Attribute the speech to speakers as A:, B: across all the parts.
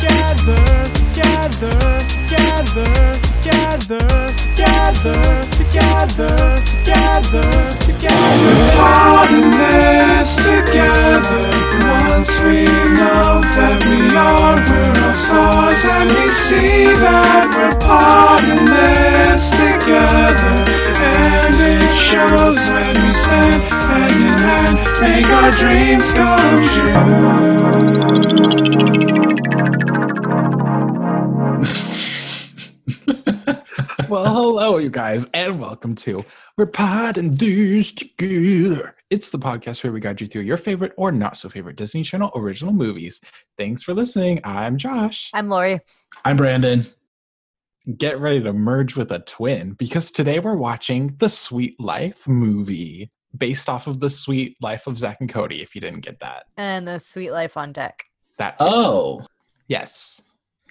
A: gather, gather, gather, gather, gather, together, together, together. We're all in this together. Once we know that we are, we're all stars, and we see that we're part in this together. And it shows when we stand hand in hand, make our dreams come true.
B: well, hello, you guys, and welcome to We're Pod and Dudes Together. It's the podcast where we guide you through your favorite or not so favorite Disney Channel original movies. Thanks for listening. I'm Josh.
C: I'm Lori.
D: I'm Brandon.
B: Get ready to merge with a twin because today we're watching the Sweet Life movie based off of the Sweet Life of Zach and Cody. If you didn't get that,
C: And the Sweet Life on Deck.
B: that too.
D: Oh,
B: yes,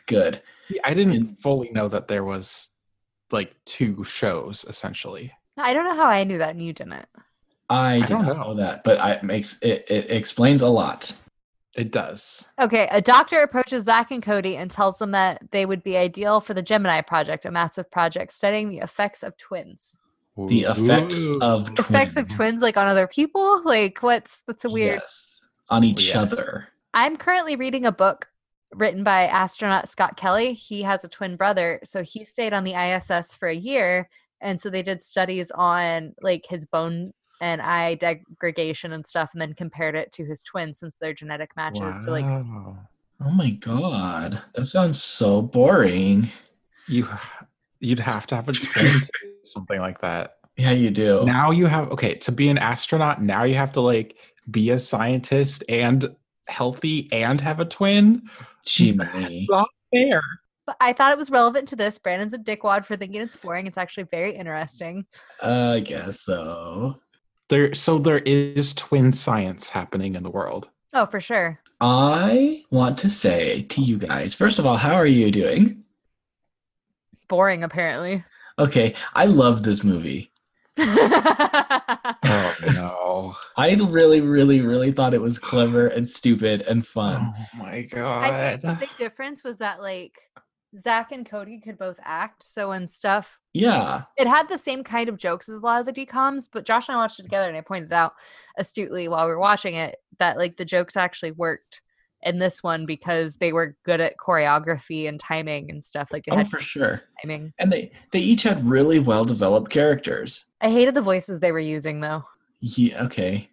D: good.
B: See, I didn't
D: And-
B: fully know that there was like two shows essentially.
C: I don't know how I knew that and you didn't.
D: I, did
B: don't
D: not
B: know.
D: know. that, but I, it makes it, it explains a lot.
B: It does.
C: Okay, a doctor approaches Zach and Cody and tells them that they would be ideal for the Gemini Project, a massive project studying the effects of twins.
D: The effects
B: Ooh.
D: of
C: Effects of twins, like on other people? Like, what's that's a weird.
D: Yes, on each
B: Yes.
D: other.
C: I'm currently reading a book written by astronaut Scott Kelly. He has a twin brother, so he stayed on the ISS for a year, and so they did studies on like his bone and eye degradation and stuff, and then compared it to his twin since their genetic matches. So like, s-
B: Wow.
D: Oh my god, that sounds so boring.
B: You you'd have to have a twin to do something like that.
D: Yeah, you do.
B: Now you have okay, to be an astronaut, now you have to like be a scientist and healthy and have a twin.
D: Jiminy.
B: Not fair.
C: but I thought it was relevant to this. Brandon's a dickwad for thinking it's boring. It's actually very interesting.
D: Uh, I guess so.
B: There so there is twin science happening in the world.
C: Oh, for sure.
D: I want to say to you guys, first of all, how are you doing?
C: Boring, apparently.
D: Okay, I love this movie.
B: Oh no.
D: I really, really, really thought it was clever and stupid and fun.
B: oh my
C: I think the
B: god.
C: big difference was that like Zach and Cody could both act. So when stuff
D: Yeah.
C: it had the same kind of jokes as a lot of the decoms, but Josh and I watched it together and I pointed out astutely while we were watching it that like the jokes actually worked in this one because they were good at choreography and timing and stuff. Like they
D: Oh,
C: had
D: for sure.
C: timing.
D: And they they each had really well developed characters.
C: I hated the voices they were using though.
D: Yeah, okay.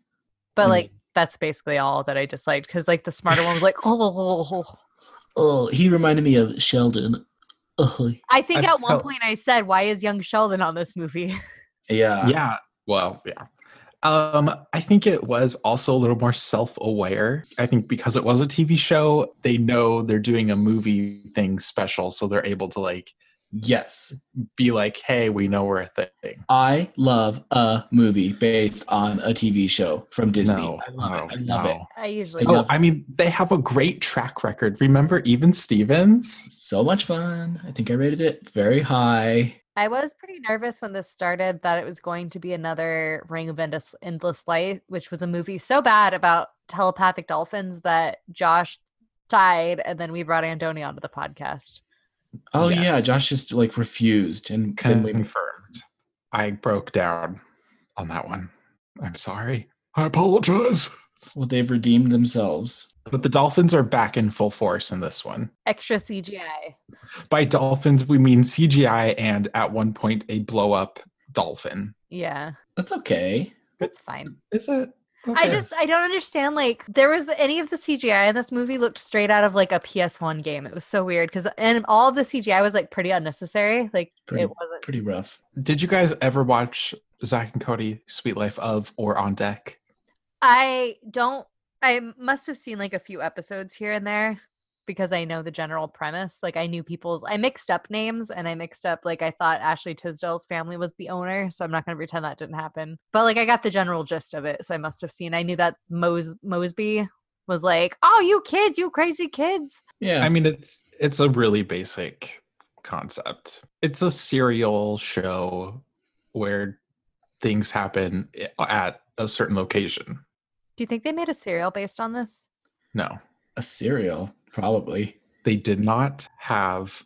C: But
D: Mm.
C: like that's basically all that I disliked because like the smarter one was like, oh
D: Oh, he reminded me of Sheldon. Oh.
C: I think
B: I
C: at one
B: felt-
C: point I said, Why is young Sheldon on this movie?
D: Yeah.
B: yeah. Well, yeah. Um, I think it was also a little more self-aware. I think because it was a TV show, they know they're doing a movie thing special, so they're able to like
D: Yes.
B: be like, "Hey, we know we're a thing."
D: I love a movie based on a TV show from Disney.
B: No,
D: I love it. I
B: no,
D: love
B: no.
C: I usually
B: Oh,
D: love-
B: I mean, they have a great track record. Remember, even Stevens.
D: it. So much fun. I think I rated it very high.
C: I was pretty nervous when this started that it was going to be another Ring of Endless, Endless Light, which was a movie so bad about telepathic dolphins that Josh died, and then we brought Andoni onto the podcast.
D: Oh yeah,
B: Yes.
D: Josh just like refused and then we
B: Confirmed. I broke down on that one. I'm sorry. I apologize.
D: well they've redeemed themselves.
B: But the Dolphins are back in full force in this one.
C: Extra CGI.
B: By dolphins, we mean CGI and at one point a blow up dolphin.
C: Yeah,
D: That's okay.
C: that's fine.
B: Is it?
C: I just I don't understand. Like, there was any of the CGI in this movie looked straight out of like a PS1 game. It was so weird because and all of the CGI was like pretty unnecessary. Like
D: Pretty-
C: it wasn't.
D: Pretty rough.
B: Did you guys ever watch Zach and Cody, Sweet Life of or On Deck?
C: I don't. I must have seen like a few episodes here and there because I know the general premise. Like I knew people's. I mixed up names and I mixed up like I thought Ashley Tisdale's family was the owner, so I'm not going to pretend that didn't happen. But like I got the general gist of it, so I must have seen. I knew that Mos Mosby was like, "Oh, you kids, you crazy kids."
D: Yeah.
B: I mean, it's it's a really basic concept. It's a serial show where things happen i- at a certain location.
C: Do you think they made a serial based on this?
B: No,
D: a cereal, probably.
B: they did not have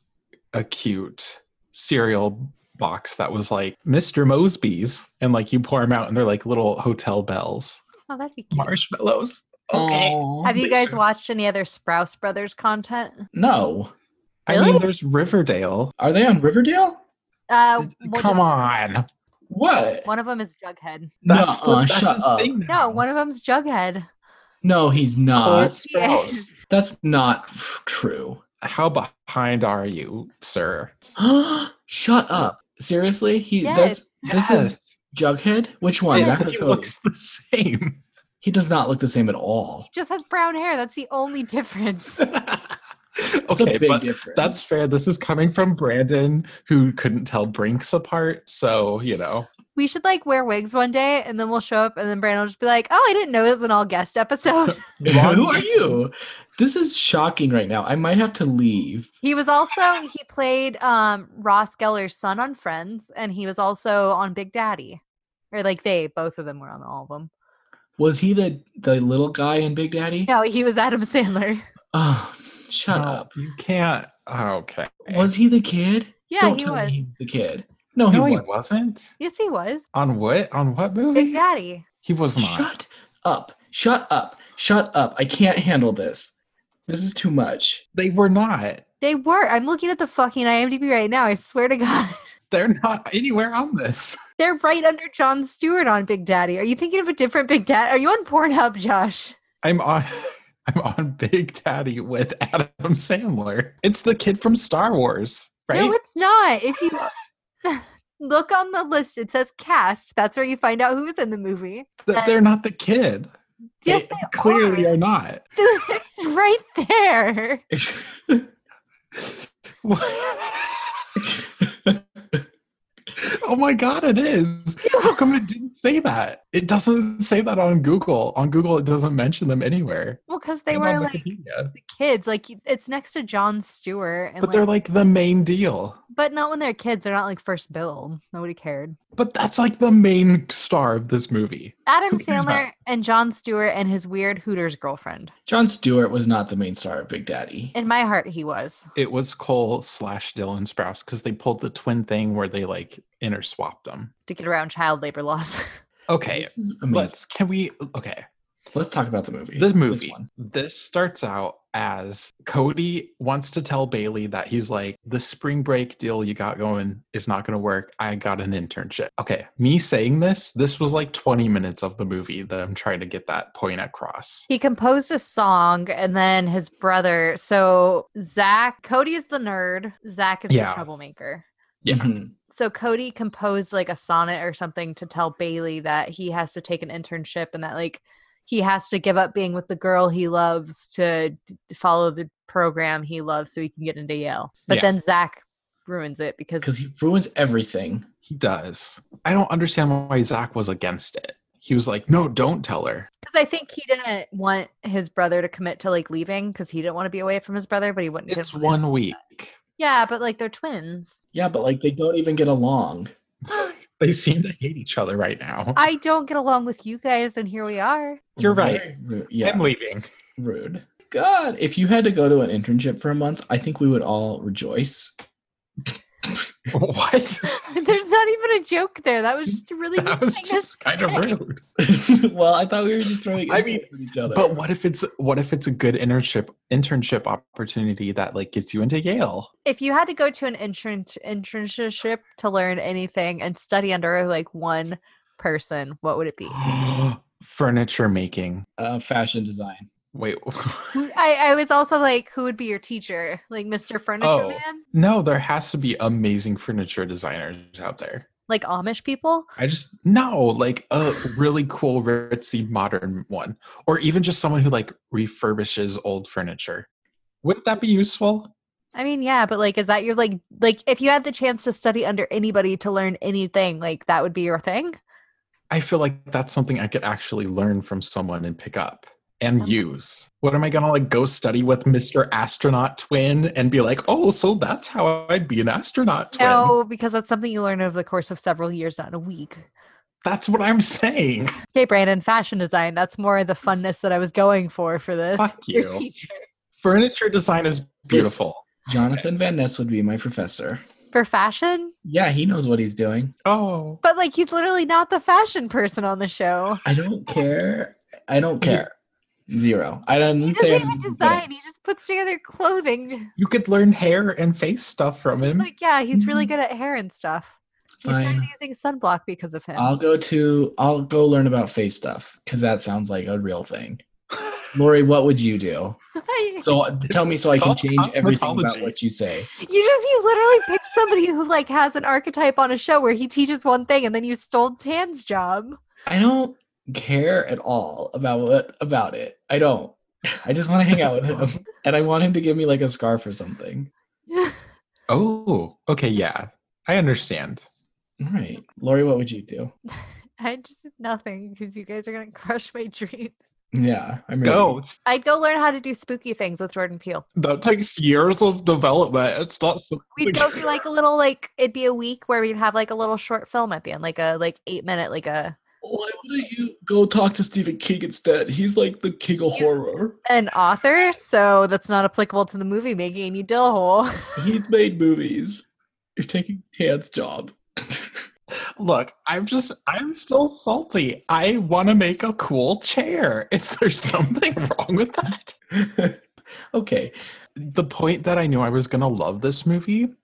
B: a cute cereal box that was like Mr. Mosby's and like you pour them out and they're like little hotel bells.
C: Oh, that'd be cute.
B: Marshmallows. Okay.
C: Have you guys
B: later.
C: watched any other Sprouse Brothers content?
D: No.
B: I mean,
C: Really?
B: there's Riverdale.
D: Are they on Riverdale?
C: Uh, we'll
B: Come
C: just-
B: on.
D: What?
C: One of them is Jughead.
B: That's, the,
D: Nuh-uh,
B: that's
D: shut
B: his
D: up.
B: thing now.
C: No, one of them's Jughead.
D: No, he's not.
C: Yes, he is.
D: That's not true.
B: How behind are you, sir?
D: Shut up. Seriously? He that's this is Jughead? Which one?
B: Yes.
D: Zachary
B: He
D: Cody?
B: looks the same.
D: He does not look the same at all.
C: He just has brown hair. That's the only difference.
D: It's a
B: okay,
D: big
B: but
D: difference.
B: that's fair. This is coming from Brandon, who couldn't tell Brinks apart. So, you know,
C: we should like wear wigs one day, and then we'll show up, and then Brandon will just be like, "Oh, I didn't know it was an all guest episode."
D: who are you? This is shocking right now. I might have to leave.
C: he was also he played um Ross Geller's son on Friends, and he was also on Big Daddy, or like they both of them were on all of them.
D: Was he the the little guy in Big Daddy?
C: No, he was Adam Sandler.
D: Oh, shut
B: No,
D: up.
B: You can't. Okay.
D: Was he the kid?
C: Yeah,
D: Don't
C: he
D: tell
C: was.
D: me he's the kid. No, he
B: no, he
D: wasn't.
B: wasn't.
C: Yes, he was
B: On what? On what movie?
C: Big Daddy.
B: He was not.
D: Shut up. Shut up. Shut up. I can't handle this. This is too much.
B: They were not.
C: They were. I'm looking at the fucking IMDb right now. I swear to God.
B: They're not anywhere on this.
C: They're right under John Stewart on Big Daddy. Are you thinking of a different Big Daddy? Are you on Pornhub, Josh?
B: I'm on. I'm on Big Daddy with Adam Sandler. It's the kid from Star Wars, right?
C: No, it's not. If you look on the list, it says cast. That's where you find out who's in the movie.
B: Th- they're not the kid.
C: Yes,
B: They
C: they
B: clearly are not.
C: it's right there.
B: oh my god, it is. How come it didn't say that? It doesn't say that on Google. On Google, it doesn't mention them anywhere.
C: Well, because they
B: And
C: were
B: on
C: like
B: Wikipedia.
C: the kids. Like you- it's next to John Stewart, and
B: but they're
C: like,
B: like the main deal.
C: but not when they're kids. They're not like first build. Nobody cared.
B: But that's like the main star of this movie.
C: Adam
B: Who cares about-
C: Sandler and John Stewart and his weird Hooters girlfriend.
D: John Stewart was not the main star of Big Daddy.
C: In my heart, he was.
B: It was Cole slash Dylan Sprouse because they pulled the twin thing where they like interswapped them.
C: to get around child labor laws.
B: Okay,
D: This is amazing. Let's,
B: let's can we okay.
D: talk about the movie.
B: This
D: This
B: movie.
D: one.
B: This starts out as Cody wants to tell Bailey that he's like, the spring break deal you got going is not going to work. I got an internship. Okay. Me saying this, this was like 20 minutes of the movie that I'm trying to get that point across.
C: he composed a song and then his brother. So Zach, Cody is the nerd, Zach is
B: Yeah.
C: the troublemaker.
B: Yeah.
D: Mhm.
C: So Cody composed like a sonnet or something to tell Bailey that he has to take an internship and that like he has to give up being with the girl he loves to d- d- follow the program he loves so he can get into Yale. But
B: Yeah.
C: then Zach ruins it because
D: Because he ruins everything.
B: He does. I don't understand why Zach was against it. He was like, no, don't tell her.
C: because I think he didn't want his brother to commit to like leaving because he didn't want to be away from his brother, but he wouldn't.
B: It's
C: didn't-
B: one week.
C: Yeah, but like they're twins.
D: Yeah, but like they don't even get along.
B: they seem to hate each other right now.
C: I don't get along with you guys, and here we are.
B: You're right.
D: Very ru- Yeah.
B: I'm leaving.
D: Rude. God, if you had to go to an internship for a month, I think we would all rejoice.
B: what?
C: There's not even a joke there. That was just a really.
B: That
C: mean
B: was
C: thing to
B: just kind of
C: say.
B: rude.
D: well, I thought we were just throwing
B: I mean,
D: insults at each other.
B: But what if it's what if it's a good internship internship opportunity that like gets you into Yale?
C: If you had to go to an intern internship to learn anything and study under like one person, what would it be?
B: Furniture making.
D: Uh, fashion design.
B: Wait.
C: Who- I, I was also like, who would be your teacher? Like Mr. Furniture
B: Oh.
C: Man?
B: no, there has to be amazing furniture designers out there.
C: Like Amish people?
B: I just no, like a really cool ritzy modern one or even just someone who like refurbishes old furniture. Wouldn't that be useful?
C: I mean, yeah, but like, is that your like like if you had the chance to study under anybody to learn anything, like that would be your thing?
B: I feel like that's something I could actually learn from someone and pick up and
C: Um,
B: use. What am I gonna like go study with Mr. Astronaut Twin and be like, oh, so that's how I'd be an astronaut twin?
C: No, because that's something you learn over the course of several years, not in a week.
B: That's what I'm saying.
D: Mm-hmm.
C: Okay, Brandon, fashion design. That's more the funness that I was going for for this.
B: Fuck
C: Your
B: you.
C: teacher.
B: Furniture design is beautiful.
D: Jonathan Van Ness would be my professor.
C: for fashion.
D: Yeah, he knows what he's doing.
B: Oh,
C: But like he's literally not the fashion person on the show.
D: I don't care. I don't care. Zero. I
C: He
D: didn't
C: doesn't
D: say I'm
C: even
D: good at-
C: design. He just puts together clothing.
B: you could learn hair and face stuff from him.
C: Like yeah, he's really good at hair and stuff. He started
D: Mm-hmm. Fine.
C: using sunblock because of him.
D: I'll go to I'll go learn about face stuff because that sounds like a real thing. Lori, what would you do? So tell me so I can
B: called
D: change everything about
B: cosmetology.
D: what you say.
C: You just you literally picked somebody who like has an archetype on a show where he teaches one thing and then you stole Tan's job.
D: I don't care at all about what about it. I don't. I just want to hang out with him. And I want him to give me like a scarf or something.
B: Oh, okay, yeah, I understand.
D: All right. Lori, what would you do?
C: I just did nothing because you guys are gonna crush my dreams.
D: Yeah. I'm ready.
B: Go.
C: I'd go learn how to do spooky things with Jordan Peele.
B: That takes years of development. It's not.
C: We'd go do like a little like it'd be a week where we'd have like a little short film at the end, like a like eight minute, like a
D: Why wouldn't you go talk to Stephen King instead? He's like the king of
C: He's-
D: horror.
C: an author, so that's not applicable to the movie making, you dill hole.
D: He's made movies. You're taking Tan's job.
B: Look, I'm just, I'm still salty. I want to make a cool chair. Is there something wrong with that?
D: okay.
B: The point that I knew I was going to love this movie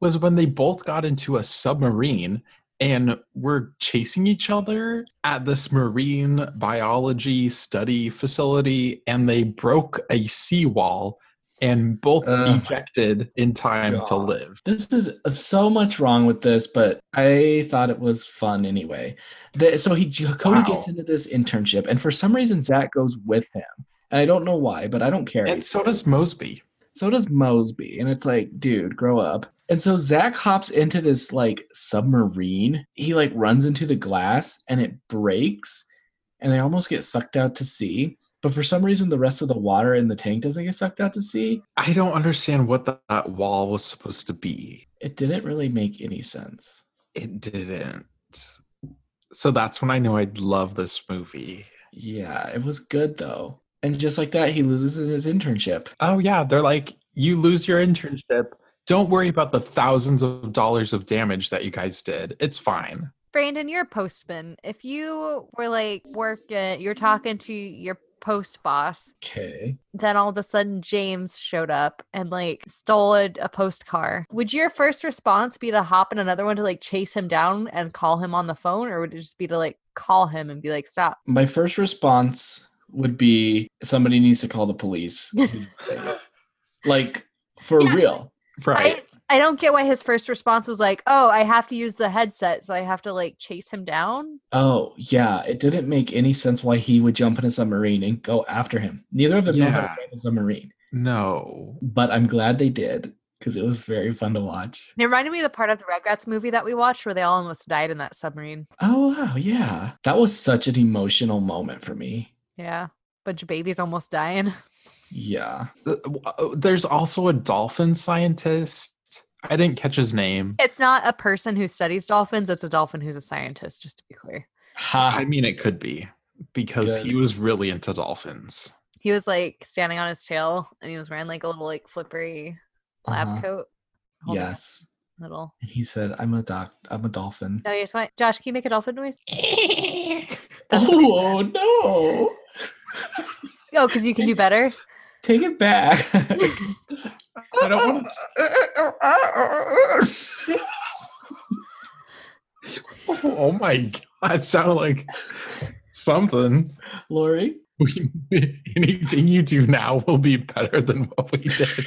B: was when they both got into a submarine and were chasing each other at this marine biology study facility and they broke a seawall and both
D: Ugh.
B: ejected in time to
D: God.
B: live.
D: This is uh, so much wrong with this, but I thought it was fun anyway. The, so he Cody
B: Wow.
D: gets into this internship, and for some reason Zach goes with him, and I don't know why, but I don't care.
B: And so does Mosby.
D: So does Mosby. And it's like, dude, grow up. And so Zach hops into this like submarine. He like runs into the glass and it breaks and they almost get sucked out to sea. But for some reason, the rest of the water in the tank doesn't get sucked out to sea.
B: I don't understand what that, that wall was supposed to be.
D: It didn't really make any sense.
B: It didn't. So that's when I knew I'd love this movie.
D: Yeah, it was good though. And just like that, he loses his internship.
B: Oh, yeah. They're like, you lose your internship. Don't worry about the thousands of dollars of damage that you guys did. It's fine.
C: Brandon, you're a postman. If you were like working, you're talking to your post boss,
D: Okay.
C: then all of a sudden James showed up and like stole a, a postcard. Would your first response be to hop in another one to like chase him down and call him on the phone, or would it just be to like call him and be like, stop?
D: My first response would be somebody needs to call the police. He's- like, for
C: Yeah.
D: real.
B: Right.
C: I don't get why his first response was like, oh, I have to use the headset, so I have to like chase him down.
D: Oh, yeah. It didn't make any sense why he would jump in a submarine and go after him. Neither of them know how to
B: Yeah.
D: handle a submarine,
B: no.
D: but I'm glad they did because it was very fun to watch.
C: It reminded me of the part of the Rugrats movie that we watched where they all almost died in that submarine.
D: Oh, wow. Yeah. That was such an emotional moment for me.
C: Yeah. Bunch of babies almost dying.
D: Yeah.
B: Uh, w- There's also a dolphin scientist. I didn't catch his name.
C: It's not a person who studies dolphins, it's a dolphin who's a scientist, just to be clear.
D: Ha.
B: I mean, it could be because
D: Good.
B: he was really into dolphins.
C: He was like standing on his tail and he was wearing like a little like flippery lab
D: Uh-huh.
C: coat. holding a
D: Yes.
C: Little.
D: And he said, I'm a doc. I'm a dolphin.
C: No, you just went, Josh, can you make a dolphin noise? That's what he
D: oh, no.
C: Oh, because you can do better.
D: Take it back.
B: I don't want to. Oh my god, sounded like something.
D: Lori.
B: We, anything you do now will be better than what we did.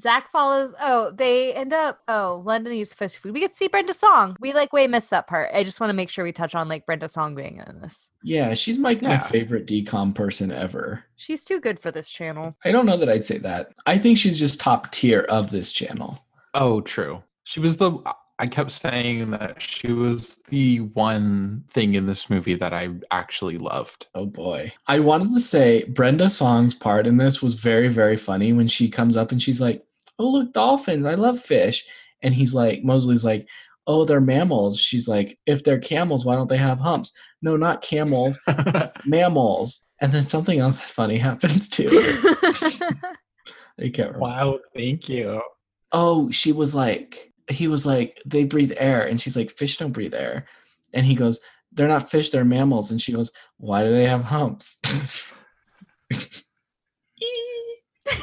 C: Zach follows. Oh, they end up. Oh, London eats fist food. We get to see Brenda Song. We like way missed that part. I just want to make sure we touch on like Brenda Song being in this.
D: Yeah, she's like my
B: Yeah.
D: favorite decom person ever.
C: She's too good for this channel.
D: I don't know that I'd say that. I think she's just top tier of this channel.
B: Oh, true. She was the. I kept saying that she was the one thing in this movie that I actually loved.
D: Oh boy. I wanted to say Brenda Song's part in this was very, very funny when she comes up and she's like, Oh, look, dolphins. I love fish. And he's like, Mosley's like, Oh, they're mammals. She's like, If they're camels, why don't they have humps? No, not camels, mammals. And then something else funny happens too. I can't remember.
B: Wow, thank you.
D: Oh, she was like, he was like, they breathe air. And she's like, fish don't breathe air. And he goes, they're not fish, they're mammals. And she goes, why do they have humps? I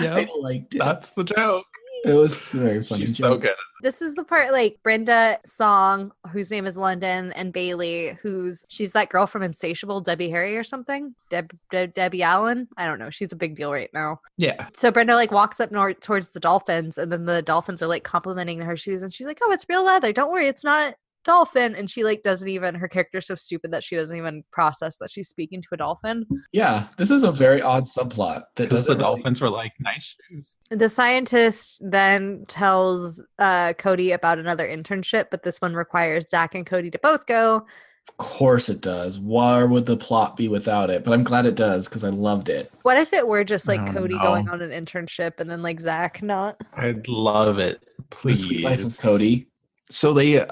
B: Yep,
D: liked it.
B: that's the joke.
D: it was very funny.
B: She's so good.
C: This is the part like Brenda Song, whose name is London, and Bailey, who's she's that girl from Insatiable, Debbie Harry or something. Deb, Deb Debbie Allen. I don't know. She's a big deal right now.
B: Yeah.
C: So Brenda like walks up north towards the dolphins, and then the dolphins are like complimenting her shoes, and she's like, "Oh, it's real leather. Don't worry, it's not dolphin." And she like doesn't even her character's so stupid that she doesn't even process that she's speaking to a dolphin.
D: Yeah, this is a very odd subplot that
B: Because the
D: doesn't really-
B: dolphins were like, nice shoes.
C: The scientist then tells uh, Cody about another internship, but this one requires Zach and Cody to both go.
D: Of course it does. Where would the plot be without it? But I'm glad it does because I loved it.
C: What if it were just like
B: I don't
C: Cody going
B: know.
C: on an internship and then like Zach not?
B: I'd love it.
D: The
B: Please.
D: Sweet Life of Cody.
B: So they uh,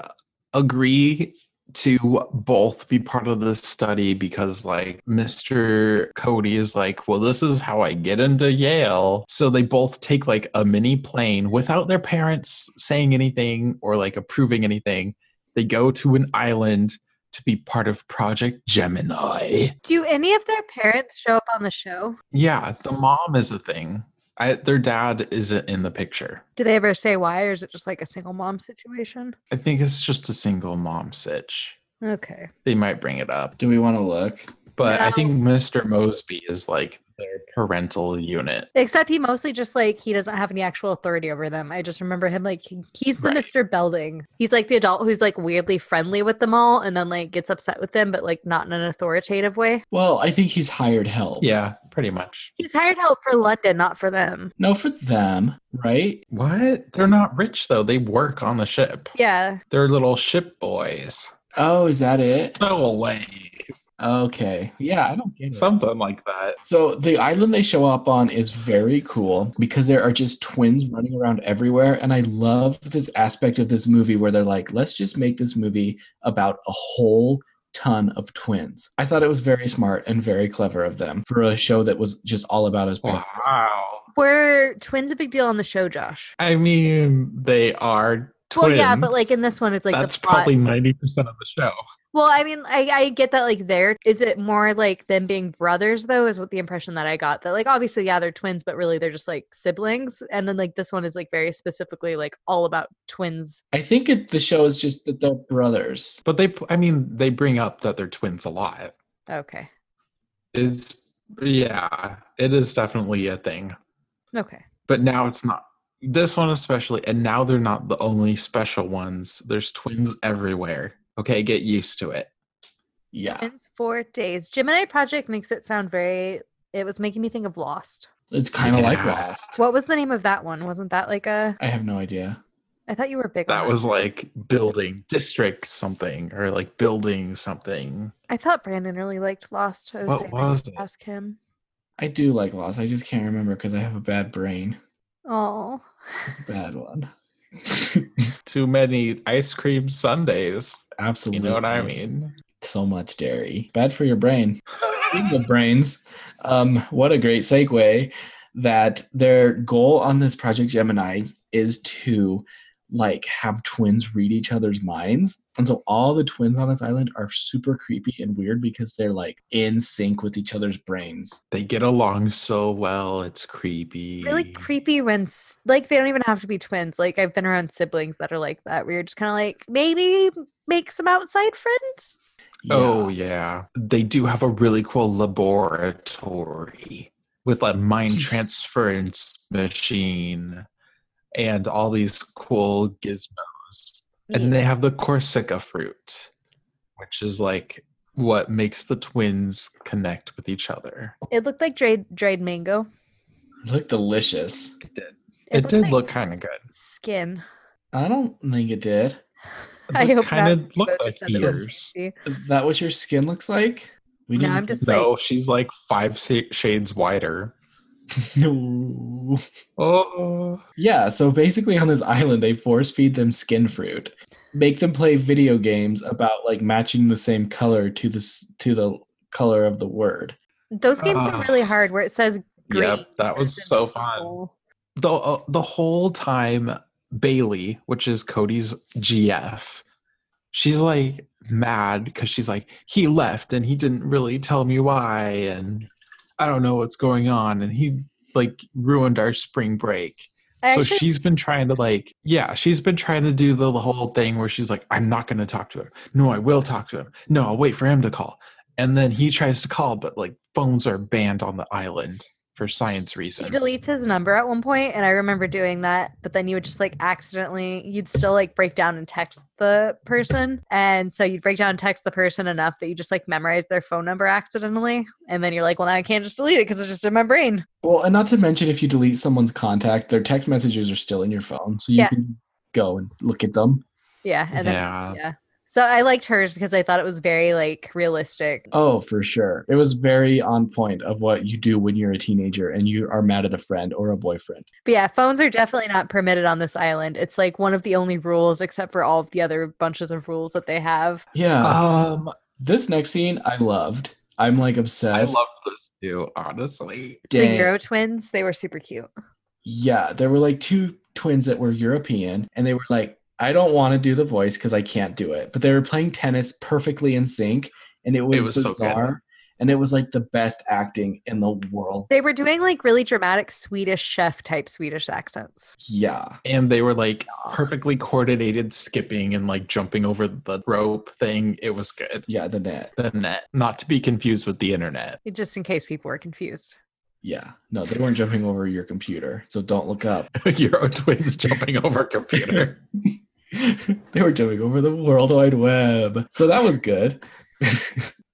B: agree to both be part of this study because, like, Mr. Cody is like, well, this is how I get into Yale. So they both take like a mini plane without their parents saying anything or like approving anything. They go to an island to be part of Project Gemini.
C: Do any of their parents show up on the show?
B: Yeah, the mom is a thing. I, their dad isn't in the picture.
C: Do they ever say why, or is it just like a single mom situation?
B: I think it's just a single mom sitch.
C: Okay.
B: They might bring it up.
D: Do we want to look?
B: But I
C: No.
B: think Mr. Mosby is like their parental unit.
C: Except he mostly just like he doesn't have any actual authority over them. I just remember him like he- he's the
B: Right.
C: Mr. Belding. He's like the adult who's like weirdly friendly with them all and then like gets upset with them, but like not in an authoritative way.
D: Well, I think he's hired help.
B: Yeah, pretty much.
C: He's hired help for London, not for them.
D: No, for them, right?
B: What? They're not rich though. They work on the ship.
C: Yeah.
B: They're little ship boys.
D: Oh, is that it?
B: Stowaways.
D: Okay. Yeah, I don't get it.
B: Something like that.
D: So the island they show up on is very cool because there are just twins running around everywhere. And I love this aspect of this movie where they're like, let's just make this movie about a whole ton of twins. I thought it was very smart and very clever of them for a show that was just all about his parents.
B: Wow.
C: Were twins a big deal on the show, Josh?
B: I mean, they are twins.
C: Well, yeah, but like in this one, it's like
B: that's
C: the plot.
B: probably 90% of the show.
C: Well, I mean, I, I get that. Like, there is it more like them being brothers, though, is what the impression that I got. That like obviously, yeah, they're twins, but really they're just like siblings. And then like this one is like very specifically like all about twins.
D: I think it, the show is just that they're brothers.
B: But they, I mean, they bring up that they're twins a lot.
C: Okay,
B: It's, yeah, it is definitely a thing.
C: okay.
B: but now it's not this one especially and now they're not the only special ones there's twins everywhere okay get used to it
D: Yeah.
C: Twins for days. Gemini Project makes it sound very. It was making me think of Lost.
D: It's kind of like
B: Yeah.
D: Lost.
C: What was the name of that one? Wasn't that like a?
D: I have no idea.
C: I thought you were big. on
B: that was like building district something or like building something
C: I thought Brandon really liked Lost. I was
B: What
C: saying I
B: was
C: should
B: it?
C: Ask him.
D: I do like Lost. I just can't remember because I have a bad brain.
C: Oh.
D: It's a bad one.
B: too many ice cream sundays you
D: Absolutely.
B: know what i mean
D: so much dairy. Bad for your brain. Speaking of brains, um, what a great segue that their goal on this project Gemini is to like have twins read each other's minds. And so all the twins on this island are super creepy and weird because they're like in sync with each other's brains.
B: they get along so well it's creepy
C: really creepy when s- like they don't even have to be twins like i've been around siblings that are like that where you're just kind of like maybe make some outside friends
B: oh yeah they do have a really cool laboratory with a mind transference machine and all these cool gizmos and they have the corsica fruit which is like what makes the twins connect with each other
C: it looked like dried, dried mango
D: Yeah. Look delicious.
B: it did
C: it,
B: it,
C: looked
B: did
C: like
B: look kind of good
C: skin
D: I don't think it did.
C: i
B: It
C: hope
B: kind
C: not
B: of looked like
C: just said it was
B: ears
C: tasty.
D: Is that what your skin looks like? We
C: no
D: didn't-
C: i'm just
B: no
C: like
B: she's like five sa- shades wider
D: no.
B: oh
D: Yeah, so basically on this island, they force feed them skin fruit, make them play video games about like matching the same color to the s- to the color of the word.
C: those games are
B: Ah.
C: really hard where it says green
B: that was
C: versus
B: so fun.
C: purple.
B: the uh, the whole time Bailey, which is Cody's GF, she's like mad because she's like he left and he didn't really tell me why and I don't know what's going on and he like ruined our spring break.
C: I
B: so
C: actually
B: she's been trying to like yeah, she's been trying to do the, the whole thing where she's like I'm not going to talk to him. No, I will talk to him. No, I'll wait for him to call. And then he tries to call but like phones are banned on the island for science
C: He
B: reasons.
C: deletes his number at one point, and I remember doing that. But then you would just like accidentally, you'd still like break down and text the person, and so you'd break down and text the person enough that you just like memorize their phone number accidentally, and then you're like, well, now I can't just delete it because it's just in my brain.
D: Well, and not to mention if you delete someone's contact, their text messages are still in your phone, so you
C: Yeah.
D: can go and look at them.
C: Yeah, and then
B: yeah.
C: yeah. So I liked hers because I thought it was very like realistic.
D: Oh, for sure. It was very on point of what you do when you're a teenager and you are mad at a friend or a boyfriend.
C: But yeah, phones are definitely not permitted on this island. It's like one of the only rules, except for all of the other bunches of rules that they have.
D: Yeah.
B: Um,
D: this next scene I loved. I'm like
B: I
D: obsessed.
B: love this too, honestly.
C: The
D: Dang.
C: Euro twins, they were super cute.
D: Yeah, there were like two twins that were European, and they were like, I don't want to do the voice because I can't do it. But they were playing tennis perfectly in sync, and it was,
B: was so good.
D: bizarre. and it was like the best acting in the world.
C: They were doing like really dramatic Swedish chef type Swedish accents.
D: Yeah.
B: And they were like perfectly coordinated skipping and like jumping over the rope thing. It was good.
D: Yeah, the net.
B: The net, not to be confused with the internet.
C: eh, Just in case people were confused.
D: Yeah. No, they weren't jumping over your computer. So don't look up.
B: Euro twins jumping over a computer.
D: they were jumping over the World Wide Web. So that was good.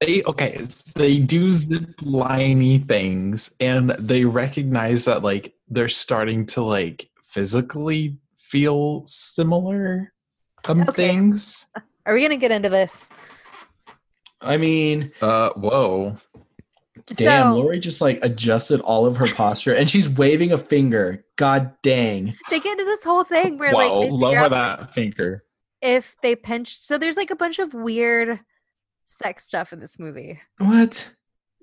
B: They okay, it's, they do zip liney things, and they recognize that like they're starting to like physically feel similar um,
C: Okay.
B: things.
C: Are we gonna get into this?
D: I mean,
B: Uh, whoa.
D: damn,
C: so
D: Lori just like adjusted all of her posture and she's waving a finger. God dang.
C: they get into this whole thing where like
B: Wow,
C: they figure
B: lower
C: out
B: that finger.
C: if they pinch. So there's like a bunch of weird sex stuff in this movie.
D: What?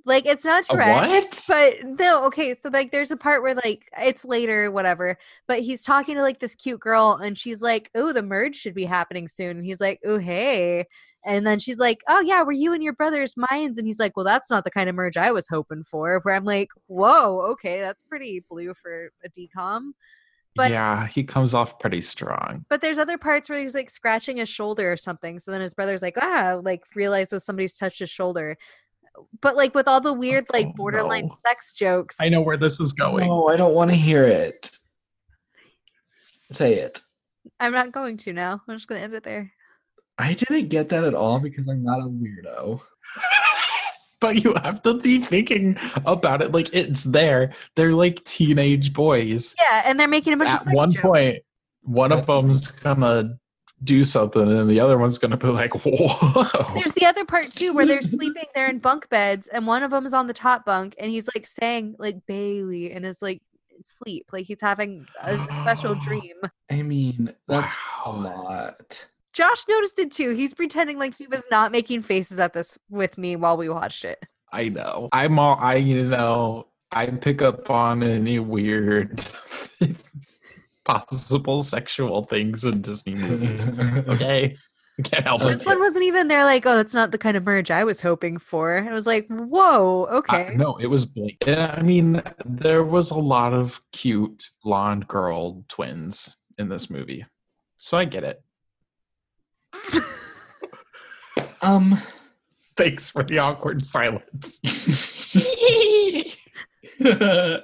C: Like it's not
B: A
C: direct.
B: What?
C: But no, okay. So like, there's a part where like it's later, whatever. But he's talking to like this cute girl, and she's like, "Oh, the merge should be happening soon." And he's like, "Oh, hey." And then she's like, "Oh yeah, were you and your brothers Mayans?" And he's like, "Well, that's not the kind of merge I was hoping for." Where I'm like, "Whoa, okay, that's pretty blue for a decom." but-
B: yeah, he comes off pretty strong.
C: But there's other parts where he's like scratching his shoulder or something. So then his brother's like, ah, like realizes somebody's touched his shoulder. But like with all the weird,
B: Oh,
C: like borderline
B: no.
C: sex jokes.
B: I know where this is going.
D: No, I don't want to hear it. Say it.
C: I'm not going to now. I'm just going to end it there.
D: I didn't get that at all because I'm not a weirdo.
B: but you have to be thinking about it like it's there. They're like teenage boys.
C: Yeah, and they're making a bunch
B: At
C: of sex
B: one
C: jokes.
B: point, one of them's gonna do something, and the other one's gonna be like, "Whoa!"
C: There's the other part too where they're sleeping, they're in bunk beds, and one of them is on the top bunk, and he's like saying like Bailey, and it's like sleep, like he's having a special dream.
D: I mean, that's a
B: Wow.
D: lot.
C: Josh noticed it too. He's pretending like he was not making faces at this with me while we watched it.
B: I know. I'm all. I you know. I pick up on any weird. possible sexual things in disney movies okay can't help it
C: This one wasn't even there. Like, oh, that's not the kind of merge I was hoping for. I was like, whoa,
B: I-
C: okay.
B: no, it was blank. And, I mean, there was a lot of cute blonde girl twins in this movie. So I get it.
D: Um,
B: Thanks for the awkward silence.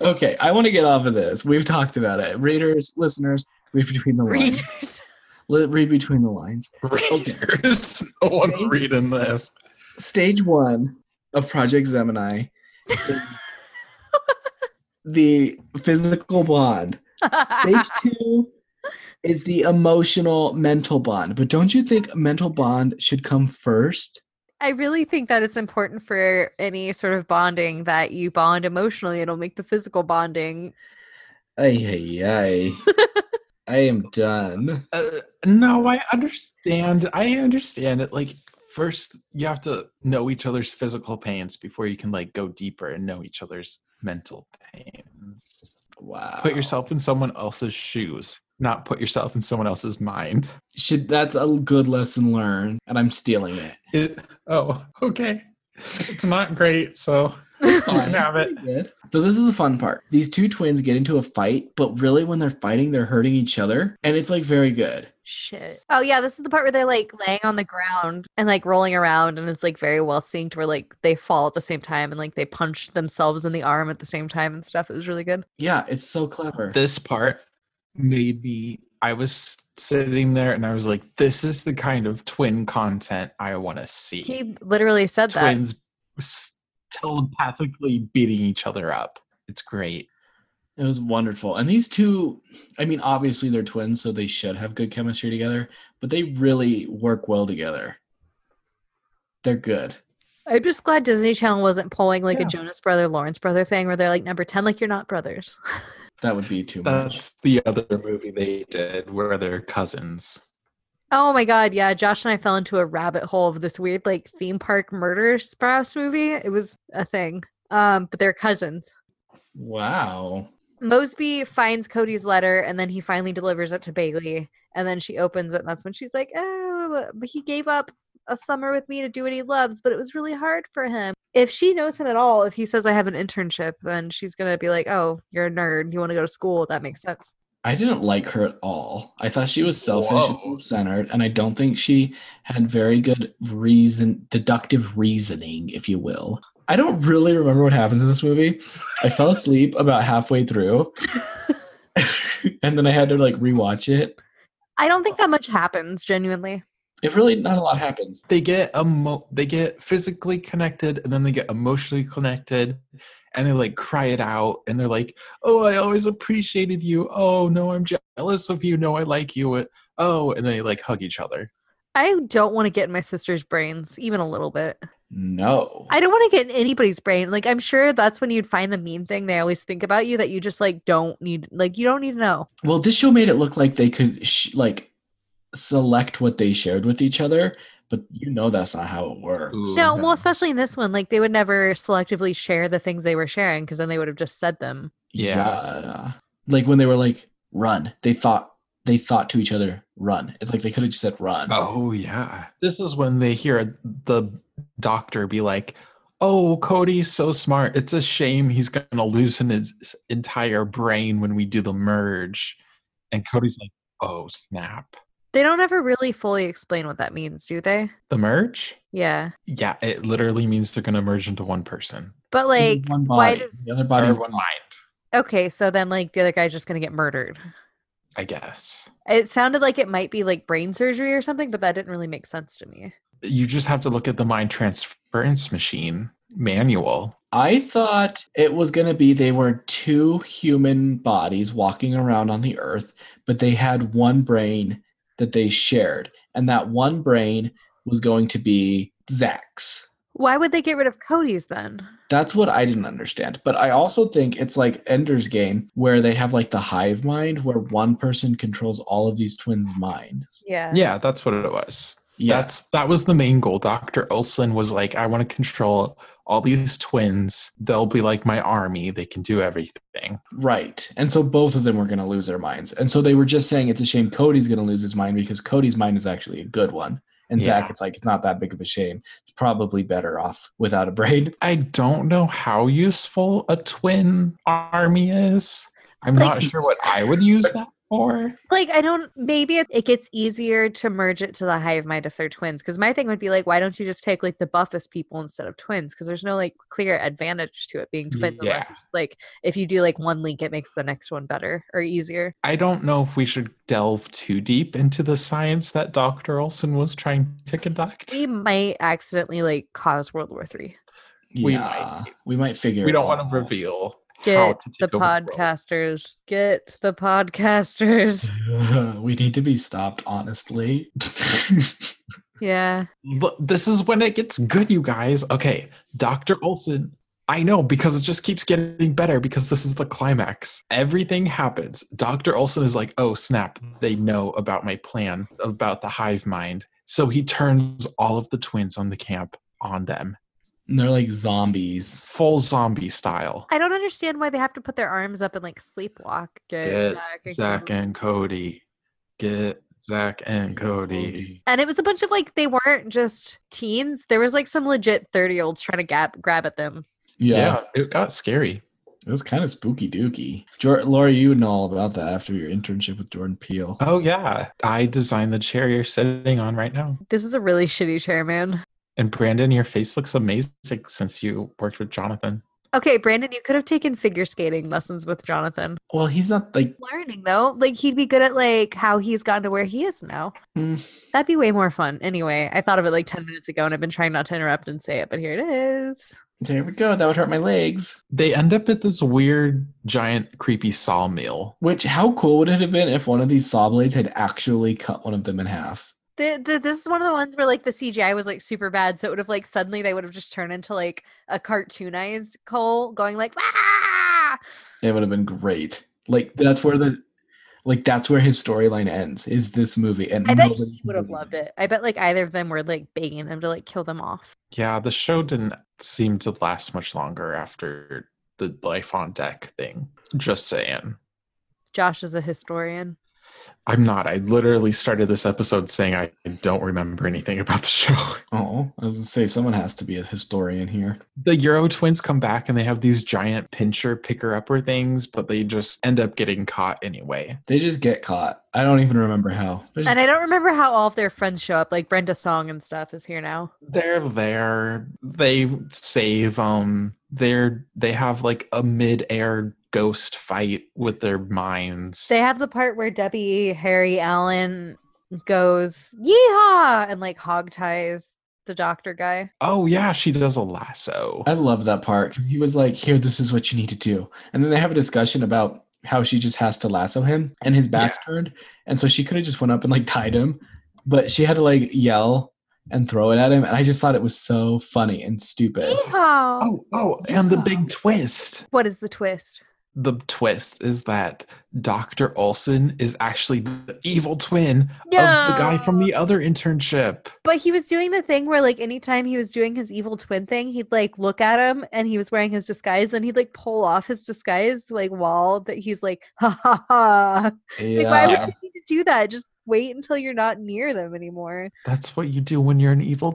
D: okay, I want to get off of this. We've talked about it. Readers, listeners, read between the lines.
C: Readers.
D: Li- Read between the lines.
B: Readers, no one's
D: Strange.
B: reading this.
D: Stage one of Project Gemini. is the physical bond. Stage two is the emotional mental bond. But don't you think mental bond should come first?
C: I really think that it's important for any sort of bonding that you bond emotionally. It'll make the physical bonding.
D: Ay, ay, ay. I am done.
B: Uh, no, I understand. I understand it. Like, first you have to know each other's physical pains before you can like go deeper and know each other's mental pains.
D: Wow.
B: Put yourself in someone else's shoes, not put yourself in someone else's mind.
D: Should that's a good lesson learned, and I'm stealing it.
B: It, oh, okay. It's not great, so
D: Fine.
B: Oh, have it.
D: Pretty good. So this is the fun part. These two twins get into a fight, but really when they're fighting, they're hurting each other, and it's like very good.
C: Shit. Oh yeah, this is the part where they're like laying on the ground and like rolling around, and it's like very well synced. Where like they fall at the same time and like they punch themselves in the arm at the same time and stuff. It was really good.
D: Yeah, it's so clever.
B: This part made me I was sitting there and I was like, this is the kind of twin content I wanna see.
C: He literally said that.
B: twins s- telepathically beating each other up. It's great.
D: It was wonderful. And these two, I mean, obviously they're twins, so they should have good chemistry together, but they really work well together. They're good.
C: I'm just glad Disney Channel wasn't pulling like
B: Yeah.
C: a Jonas Brother, Lawrence Brother thing where they're like number ten, like you're not brothers.
D: That would be too much.
B: That's the other movie they did where they're cousins.
C: Oh my god, yeah. Josh and I fell into a rabbit hole of this weird like theme park murder spouse movie. It was a thing. Um, but they're cousins.
D: Wow.
C: Mosby finds Cody's letter and then he finally delivers it to Bailey. And then she opens it, and that's when she's like, Oh, but he gave up a summer with me to do what he loves, but it was really hard for him. If she knows him at all, if he says, I have an internship, then she's going to be like, Oh, you're a nerd. You want to go to school. That makes sense.
D: I didn't like her at all. I thought she was selfish and
B: Whoa.
D: self-centered, and I don't think she had very good reason, deductive reasoning, if you will. I don't really remember what happens in this movie. I fell asleep about halfway through, and then I had to like rewatch it.
C: I don't think that much happens, genuinely.
D: It really not a lot happens.
B: They get emo- they get physically connected and then they get emotionally connected and they like cry it out and they're like, "Oh, I always appreciated you. Oh, no, I'm jealous of you. No, I like you." And- Oh, and they like hug each other.
C: I don't want to get in my sister's brains, even a little bit.
D: No,
C: I don't want to get in anybody's brain. Like, I'm sure that's when you'd find the mean thing they always think about you that you just like don't need, like, you don't need to know.
D: Well, this show made it look like they could sh- like select what they shared with each other, but you know that's not how it works.
B: Ooh.
C: No, well,
B: Mhm.
C: especially in this one, like they would never selectively share the things they were sharing because then they would have just said them.
B: Yeah.
D: Yeah. Like when they were like run, they thought they thought to each other run. It's like they could have just said run.
B: Oh yeah. This is when they hear the doctor be like, "Oh, Cody's so smart. It's a shame he's going to lose his entire brain when we do the merge." And Cody's like, "Oh, snap.
C: They don't ever really fully explain what that means, do they?
B: The merge?"
C: Yeah.
B: Yeah, it literally means they're going to merge into one person
C: But
D: There's
C: like,
D: one
C: why
D: body,
C: does.
D: the other
B: or
D: body's
B: one mind,
C: Okay, so then like the other guy's just going to get murdered.
B: I guess.
C: It sounded like it might be like brain surgery or something, but that didn't really make sense to me.
B: You just have to look at the mind transference machine manual.
D: I thought it was going to be they were two human bodies walking around on the earth, but they had one brain that they shared. And that one brain was going to be Zach's.
C: Why would they get rid of Cody's then?
D: That's what I didn't understand. But I also think it's like Ender's Game, where they have like the hive mind, where one person controls all of these twins' minds.
C: Yeah.
B: Yeah, that's what it was.
D: Yeah.
B: That's that was the main goal. Dr. Olson was like, I want to control all these twins. They'll be like my army. They can do everything.
D: Right. And so both of them were going to lose their minds. And so they were just saying it's a shame Cody's going to lose his mind because Cody's mind is actually a good one. And
B: Yeah.
D: Zach, it's like, it's not that big of a shame. It's probably better off without a brain.
B: I don't know how useful a twin army is. I'm not
C: Like-
B: sure what I would use that for.
C: Like, I don't, maybe it, it gets easier to merge it to the hive mind if they're twins. Cause my thing would be like, why don't you just take like the buffest people instead of twins? Cause there's no like clear advantage to it being twins.
B: Yeah.
C: Unless it's like, if you do like one link, it makes the next one better or easier.
B: I don't know if we should delve too deep into the science that Dr. Olson was trying to conduct.
C: We might accidentally like cause World War Three.
B: We
D: yeah. We might figure
B: We
D: it
B: don't want
D: out.
B: to reveal how
C: Get
B: to
C: the
B: take over the world.
C: podcasters. Get the podcasters.
D: we need to be stopped, honestly.
C: Yeah.
B: Look, this is when it gets good, you guys. Okay, Dr. Olson. I know because it just keeps getting better because this is the climax. Everything happens. Dr. Olson is like, oh, snap, they know about my plan, about the hive mind. So he turns all of the twins on the camp on them,
D: And they're like zombies.
B: full zombie style.
C: I don't understand why they have to put their arms up and like sleepwalk.
B: Get
C: Zack and
B: Zach
C: Cody.
B: and Cody. Get Zach and Cody.
C: And it was a bunch of like they weren't just teens. There was like some legit thirty year olds trying to gap grab at them.
D: Yeah,
B: Yeah, it got scary.
D: it was kind of spooky dooky. Jor- Laura, you would know all about that after your internship with Jordan Peele.
B: Oh, yeah. I designed the chair you're sitting on right now.
C: This is a really shitty chair, man.
B: And Brandon, your face looks amazing since you worked with Jonathan.
C: Okay, Brandon, you could have taken figure skating lessons with Jonathan.
D: Well, he's not like
C: Learning though, like he'd be good at like how he's gotten to where he is now.
D: Mm.
C: That'd be way more fun. Anyway, I thought of it like ten minutes ago, and I've been trying not to interrupt and say it, but here it is.
D: there we go. That would hurt my legs.
B: They end up at this weird, giant, creepy sawmill.
D: Which how cool would it have been if one of these saw blades had actually cut one of them in half?
C: The, the, this is one of the ones where like the CGI was like super bad, so it would have like suddenly they would have just turned into like a cartoonized Cole going like "Ah!" "Wah!"
D: It would have been great. Like that's where the like that's where his storyline ends. Is this movie? And
C: I bet
D: nobody
C: he would have
D: believed
C: loved it. I bet like either of them were like begging them to like kill them off.
B: Yeah, the show didn't seem to last much longer after the life on deck thing. Just saying.
C: Josh is a historian.
B: I'm not. I literally started this episode saying I don't remember anything about the show.
D: Oh, I was gonna say someone has to be a historian here.
B: The Euro twins come back and they have these giant pincher picker upper things, but they just end up getting caught anyway.
D: They just get caught. I don't even remember how. They're just-
C: And I don't remember how all of their friends show up. Like Brenda Song and stuff is here now.
B: They're there. They save um they're they have like a mid-air ghost fight with their minds.
C: They have the part where Debbie Harry Allen goes yeehaw and like hog ties the doctor guy.
B: oh yeah, she does a lasso.
D: I love that part because he was like, "Here, this is what you need to do," and then they have a discussion about how she just has to lasso him, and his back's turned, and so she could have just went up and like tied him, but she had to like yell and throw it at him, and I just thought it was so funny and stupid.
C: Yeehaw.
B: Oh, oh, and the big twist.
C: What is the twist?
B: The twist is that Dr. Olson is actually the evil twin of the guy from the other internship.
C: But he was doing the thing where, like, anytime he was doing his evil twin thing, he'd like look at him and he was wearing his disguise and he'd like pull off his disguise, like, wall that he's like, ha ha ha. Like, why would you need to do that? Just wait until you're not near them anymore.
B: That's what you do when you're an evil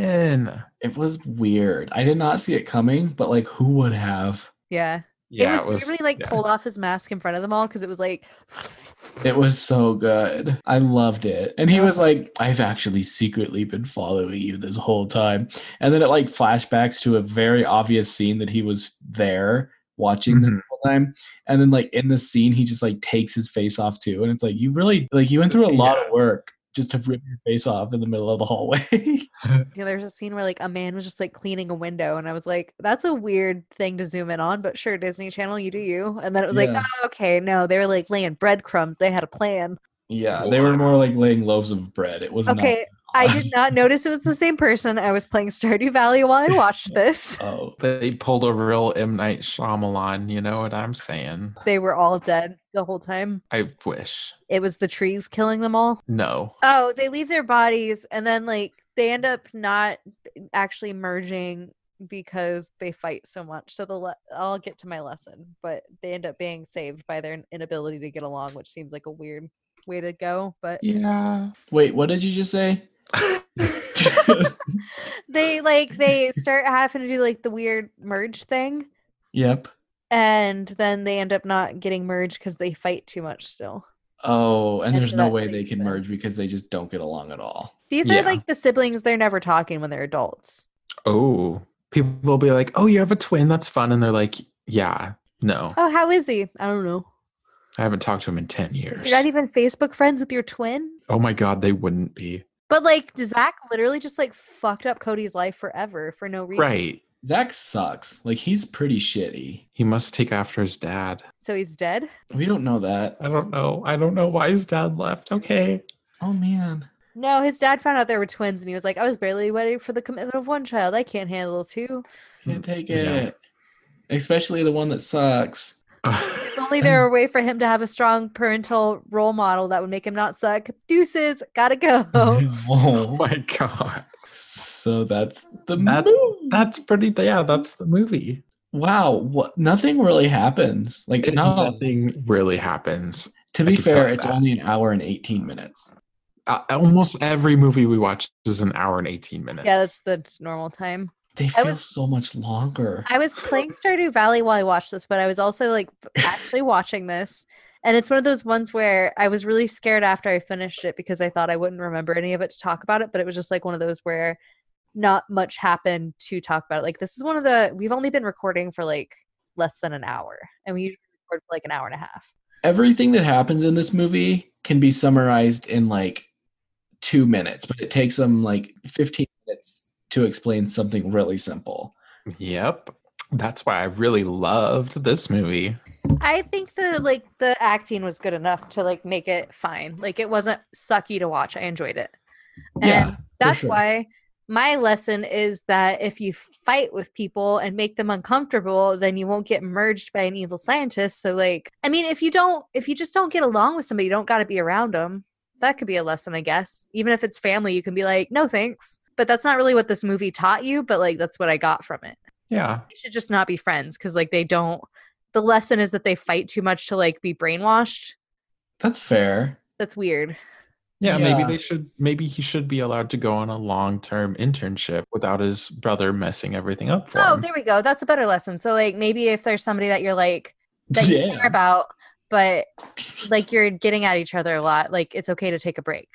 B: twin.
D: it was weird. I did not see it coming, but like, who would have?
C: Yeah. it was, weird when he like pulled off his mask in front of them all because it was like,
D: It was so good. I loved it. And he was like, I've actually secretly been following you this whole time. And then it like flashbacks to a very obvious scene that he was there watching
C: Mm-hmm.
D: the whole time. And then like in the scene, he just like takes his face off too. And it's like, you really like you went through a lot of work just to rip your face off in the middle of the hallway.
C: you know, there's a scene where like a man was just like cleaning a window, and I was like, that's a weird thing to zoom in on, but sure, Disney Channel, you do you. And then it was like,
D: Yeah.
C: oh, okay, no, they were like laying breadcrumbs. They had a plan.
D: yeah. They were more like laying loaves of bread. It was
C: Okay,
D: not
C: I did not notice it was the same person. I was playing Stardew Valley while I watched this.
D: Oh.
B: They pulled a real M. Night Shyamalan, you know what I'm saying?
C: They were all dead the whole time.
B: I wish.
C: It was the trees killing them all.
B: No.
C: Oh, they leave their bodies and then like they end up not actually merging because they fight so much. So the le- I'll get to my lesson, but they end up being saved by their inability to get along, which seems like a weird way to go. But
B: Yeah.
D: Wait, what did you just say?
C: they like they start having to do like the weird merge thing.
D: yep.
C: and then they end up not getting merged because they fight too much still
D: Oh, and
C: And
D: there's
C: so
D: no
C: that's
D: way
C: the
D: they can
C: even.
D: merge because they just don't get along at all.
C: these
B: Yeah.
C: are like the siblings they're never talking when they're adults
B: Oh. People will be like, oh, you have a twin. That's fun. And they're like, yeah, no.
C: oh how is he i don't know
B: I haven't talked to him in 10 years.
C: you're not even facebook friends with your twin
B: Oh my God, they wouldn't be.
C: but like zach literally just like fucked up cody's life forever for no reason
B: Right.
D: Zach sucks. Like he's pretty shitty.
B: He must take after his dad.
C: so he's dead
D: We don't know that.
B: I don't know. I don't know why his dad left. Okay.
D: Oh man.
C: no his dad found out they were twins and he was like i was barely ready for the commitment of one child i can't handle two
B: Mm,
D: Can't take
B: Yeah.
D: it. Especially the one that sucks.
C: it's only only there were a way for him to have a strong parental role model that would make him not suck. Deuces, gotta go.
B: Oh
D: Oh,
B: my god.
D: so that's the
B: That-
D: movie.
B: That's pretty yeah, that's the movie.
D: wow. What? Nothing really happens. Like
B: It-
D: no.
B: Nothing really happens.
D: To
B: I
D: be
B: can tell
D: fair,
B: you
D: it's
B: that.
D: only an hour and eighteen minutes.
B: Uh, almost every movie we watch is an hour and 18 minutes.
C: yeah, that's the normal time.
D: They feel
C: was-
D: so much longer.
C: I was playing Stardew Valley while I watched this, but I was also like actually watching this. And it's one of those ones where I was really scared after I finished it because I thought I wouldn't remember any of it to talk about it. But it was just like one of those where not much happened to talk about. Like, this is one of the, we've only been recording for like less than an hour, and we usually record for like an hour and a half.
D: Everything that happens in this movie can be summarized in like two minutes, but it takes them like fifteen minutes to explain something really simple.
B: Yep. That's why I really loved this movie.
C: I think the like the acting was good enough to like make it fine. Like it wasn't sucky to watch. I enjoyed it. And
D: Yeah,
C: that's
D: sure.
C: why my lesson is that if you fight with people and make them uncomfortable, then you won't get merged by an evil scientist. So like I mean if you don't if you just don't get along with somebody, you don't gotta be around them. That could be a lesson, I guess. Even if it's family, you can be like, no thanks. But that's not really what this movie taught you, but like that's what I got from it
B: Yeah.
C: they should just not be friends because like they don't the lesson is that they fight too much to like be brainwashed
D: That's fair.
C: that's weird
B: Yeah, maybe
D: Yeah.
B: they should maybe he should be allowed to go on a long-term internship without his brother messing everything up for
C: oh
B: him.
C: there we go that's a better lesson so like maybe if there's somebody that you're like that you care about but like you're getting at each other a lot like it's okay to take a break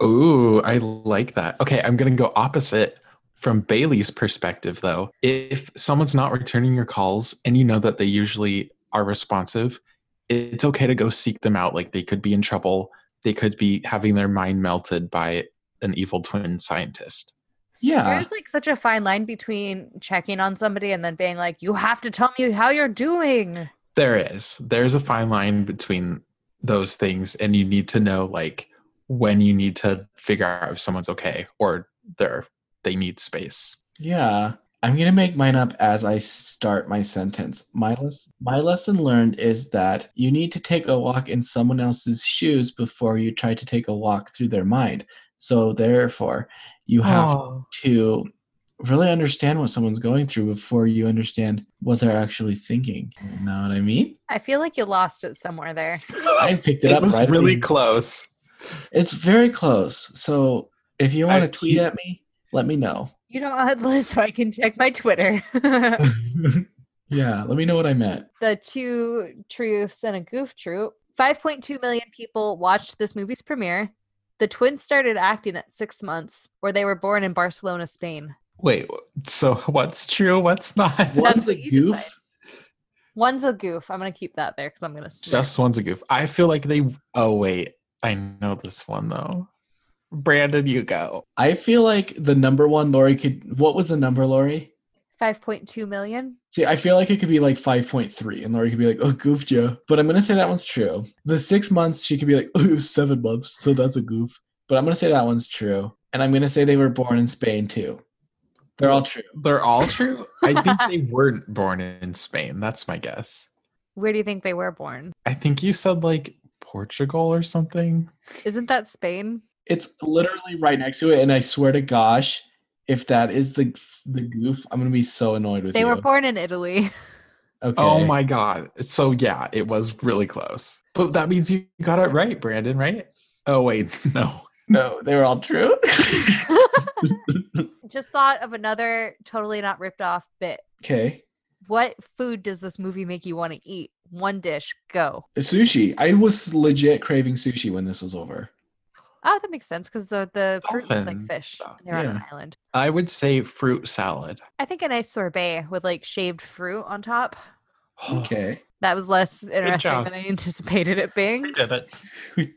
B: Ooh, I like that. Okay, I'm going to go opposite from Bailey's perspective, though. If someone's not returning your calls and you know that they usually are responsive, it's okay to go seek them out. Like they could be in trouble, they could be having their mind melted by an evil twin scientist.
D: Yeah.
C: there's like such a fine line between checking on somebody and then being like you have to tell me how you're doing
B: There is. There's a fine line between those things, and you need to know like when you need to figure out if someone's okay or they're they need space.
D: Yeah. I'm going to make mine up as I start my sentence. My, les- my lesson learned is that you need to take a walk in someone else's shoes before you try to take a walk through their mind. So, therefore, you have to really understand what someone's going through before you understand what they're actually thinking. You know what I mean?
C: i feel like you lost it somewhere there
D: I picked
B: it
D: it, up
B: was
D: right at
B: really
D: the-
B: close.
D: It's very close. So, if you want
B: I
D: to tweet
B: keep-
D: at me, let me know.
C: you don't have list so i can check my twitter
D: yeah, let me know what I meant.
C: the two truths and a goof troop. 5.2 million people watched this movie's premiere. The twins started acting at six months, where they were born in Barcelona, Spain.
B: Wait, so what's true? What's not?
D: One's a
C: what you
D: goof.
C: decide. One's a goof. I'm gonna keep that there because I'm gonna swear.
B: Just one's a goof. I feel like they. Oh wait, I know this one though. Brandon, you go.
D: I feel like the number one Lori could. What was the number, Lori?
C: 5.2 million.
D: See, I feel like it could be like 5.3, and Lori could be like, oh, goofed you. But I'm going to say that one's true. The six months, she could be like, oh, seven months. So that's a goof. But I'm going to say that one's true. And I'm going to say they were born in Spain too. They're all true.
B: They're all true. I think they weren't born in Spain. That's my guess.
C: Where do you think they were born?
B: I think you said like Portugal or something.
C: Isn't that Spain?
D: It's literally right next to it. And I swear to gosh, if that is the the goof, I'm going to be so annoyed with
C: They
D: you.
C: were born in Italy.
D: okay.
B: Oh my god. So yeah, it was really close. But that means you got it right, Brandon, right? Oh wait, no.
D: No, they were all true.
C: Just thought of another totally not ripped off bit.
D: okay.
C: What food does this movie make you want to eat? One dish, go.
D: Sushi. I was legit craving sushi when this was over.
C: Oh, that makes sense because the the fruit was like
B: Dolphin
C: fish.
B: stuff,
C: and They're on an
D: yeah.
C: island.
B: I would say fruit salad.
C: I think a nice sorbet with like shaved fruit on top.
D: Okay.
C: That was less interesting
B: job.
C: than I anticipated it being.
B: did it.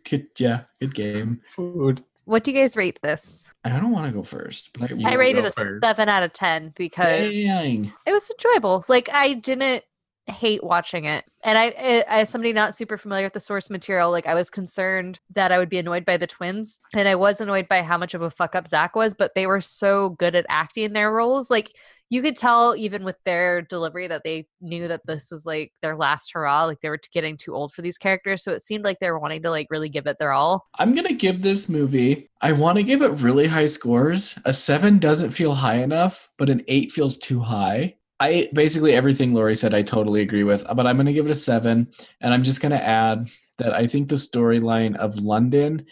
D: good, yeah, good game.
B: Food.
C: What do you guys rate this?
D: I don't want to go first, but I,
B: You
C: I
B: go
C: rated a
B: first.
C: seven out of ten because
D: Dang.
C: it was enjoyable. Like I didn't hate watching it, and I, I as somebody not super familiar with the source material, like I was concerned that I would be annoyed by the twins, and I was annoyed by how much of a fuck up Zach was. But they were so good at acting their roles, like. you could tell even with their delivery that they knew that this was like their last hurrah. Like they were t- getting too old for these characters. So it seemed like they were wanting to like really give it their all.
D: I'm gonna give this movie. I want to give it really high scores. A seven doesn't feel high enough, but an eight feels too high. I basically everything Lori said, I totally agree with. uh, But I'm gonna give it a seven, and I'm just gonna add that I think the storyline of London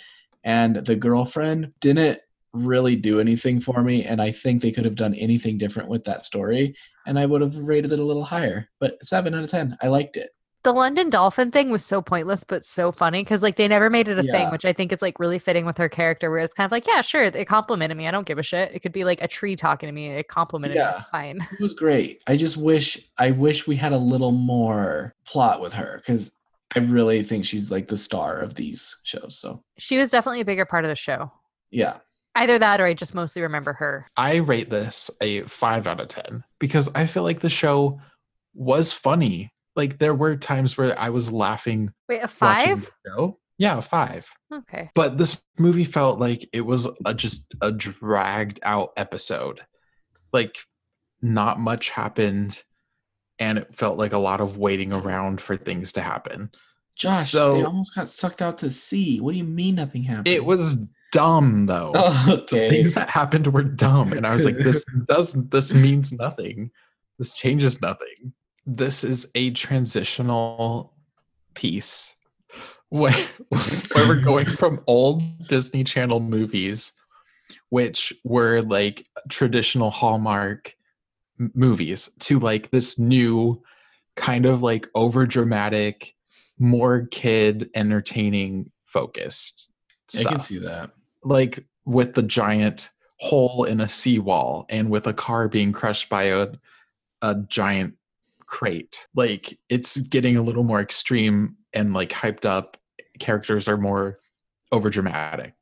D: and the girlfriend didn't really do anything for me, and I think they could have done anything different with that story, and I would have rated it a little higher. But seven out of ten, I liked it.
C: The London Dolphin thing was so pointless, but so funny because like they never made it a
D: Yeah.
C: thing, which I think is like really fitting with her character. Where it's kind of like, yeah, sure, it complimented me. I don't give a shit. It could be like a tree talking to me. It complimented
D: Yeah.
C: me. Fine.
D: It was great. I just wish I wish we had a little more plot with her because I really think she's like the star of these shows. So
C: She was definitely a bigger part of the show.
D: yeah,
C: Either that, or I just mostly remember her.
B: I rate this a five out of 10 because I feel like the show was funny. Like there were times where I was laughing
C: Wait, a
B: watching
C: five?
B: the show. Yeah, a five.
C: Okay.
B: But this movie felt like it was a, just a dragged out episode. Like not much happened and it felt like a lot of waiting around for things to happen.
D: Josh, they
B: So-
D: almost got sucked out to sea. What do you mean nothing happened?
B: It was dumb though.
D: oh,
B: The
D: okay.
B: things that happened were dumb and i was like this does this means nothing this changes nothing this is a transitional piece where, where we're going from old disney channel movies which were like traditional hallmark m- movies to like this new kind of like over dramatic more kid entertaining focused
D: I
B: stuff
D: can see that.
B: like with the giant hole in a seawall and with a car being crushed by a a giant crate. Like it's getting a little more extreme and like hyped up. Characters are more over dramatic.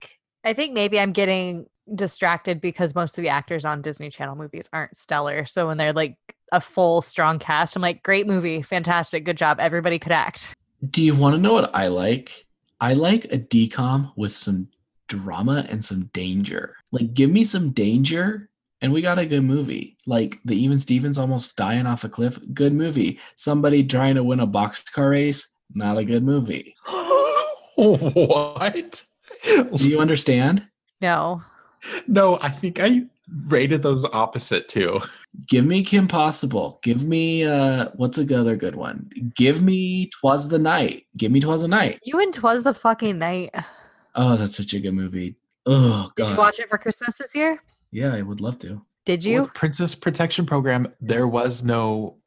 C: I think maybe I'm getting distracted because most of the actors on Disney Channel movies aren't stellar. So when they're like a full strong cast, I'm like, great movie, fantastic, good job. Everybody could act.
D: Do you want to know what I like? I like a decom with some drama and some danger. Like, give me some danger, and we got a good movie. Like the Even Stevens almost dying off a cliff, good movie. Somebody trying to win a boxcar race, not a good movie.
B: what?
D: Do you understand?
C: No.
B: No, I think I rated those opposite too.
D: Give me Kim Possible. Give me uh, what's another good one? Give me Twas the Night. Give me Twas the Night.
C: You and Twas the fucking night.
D: Oh, that's such a good movie. Oh
C: Did you
D: God.
C: watch it for Christmas this year?
D: Yeah, I would love to.
C: Did you?
B: With Princess Protection Program, there was no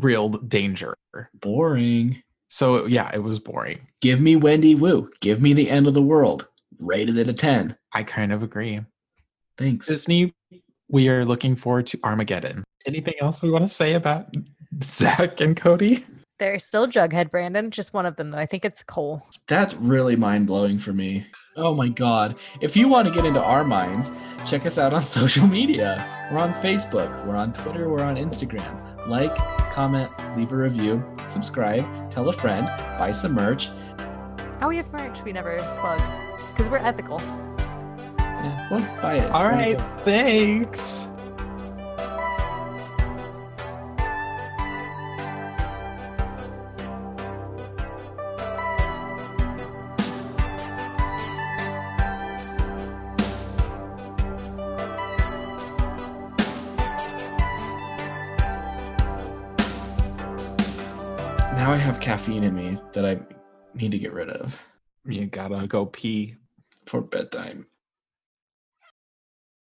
B: real danger.
D: Boring.
B: So yeah, it was boring.
D: Give me Wendy Wu. Give me the end of the world. Rated it a 10.
B: I kind of agree.
D: Thanks.
B: Disney, we are looking forward to Armageddon. Anything else we want to say about Zach and Cody?
C: They're still Jughead, Brandon. Just one of them, though. I think it's Cole.
D: That's really mind blowing for me. Oh my God. If you want to get into our minds, check us out on social media. We're on Facebook, we're on Twitter, we're on Instagram. Like, comment, leave a review, subscribe, tell a friend, buy some merch.
C: Oh, we have merch we never plug because we're ethical.
D: Yeah, well, buy it. It's
B: All
D: really
B: right, thanks.
D: good. Now I have caffeine in me that I need to get rid of
B: You gotta go pee.
D: for bedtime.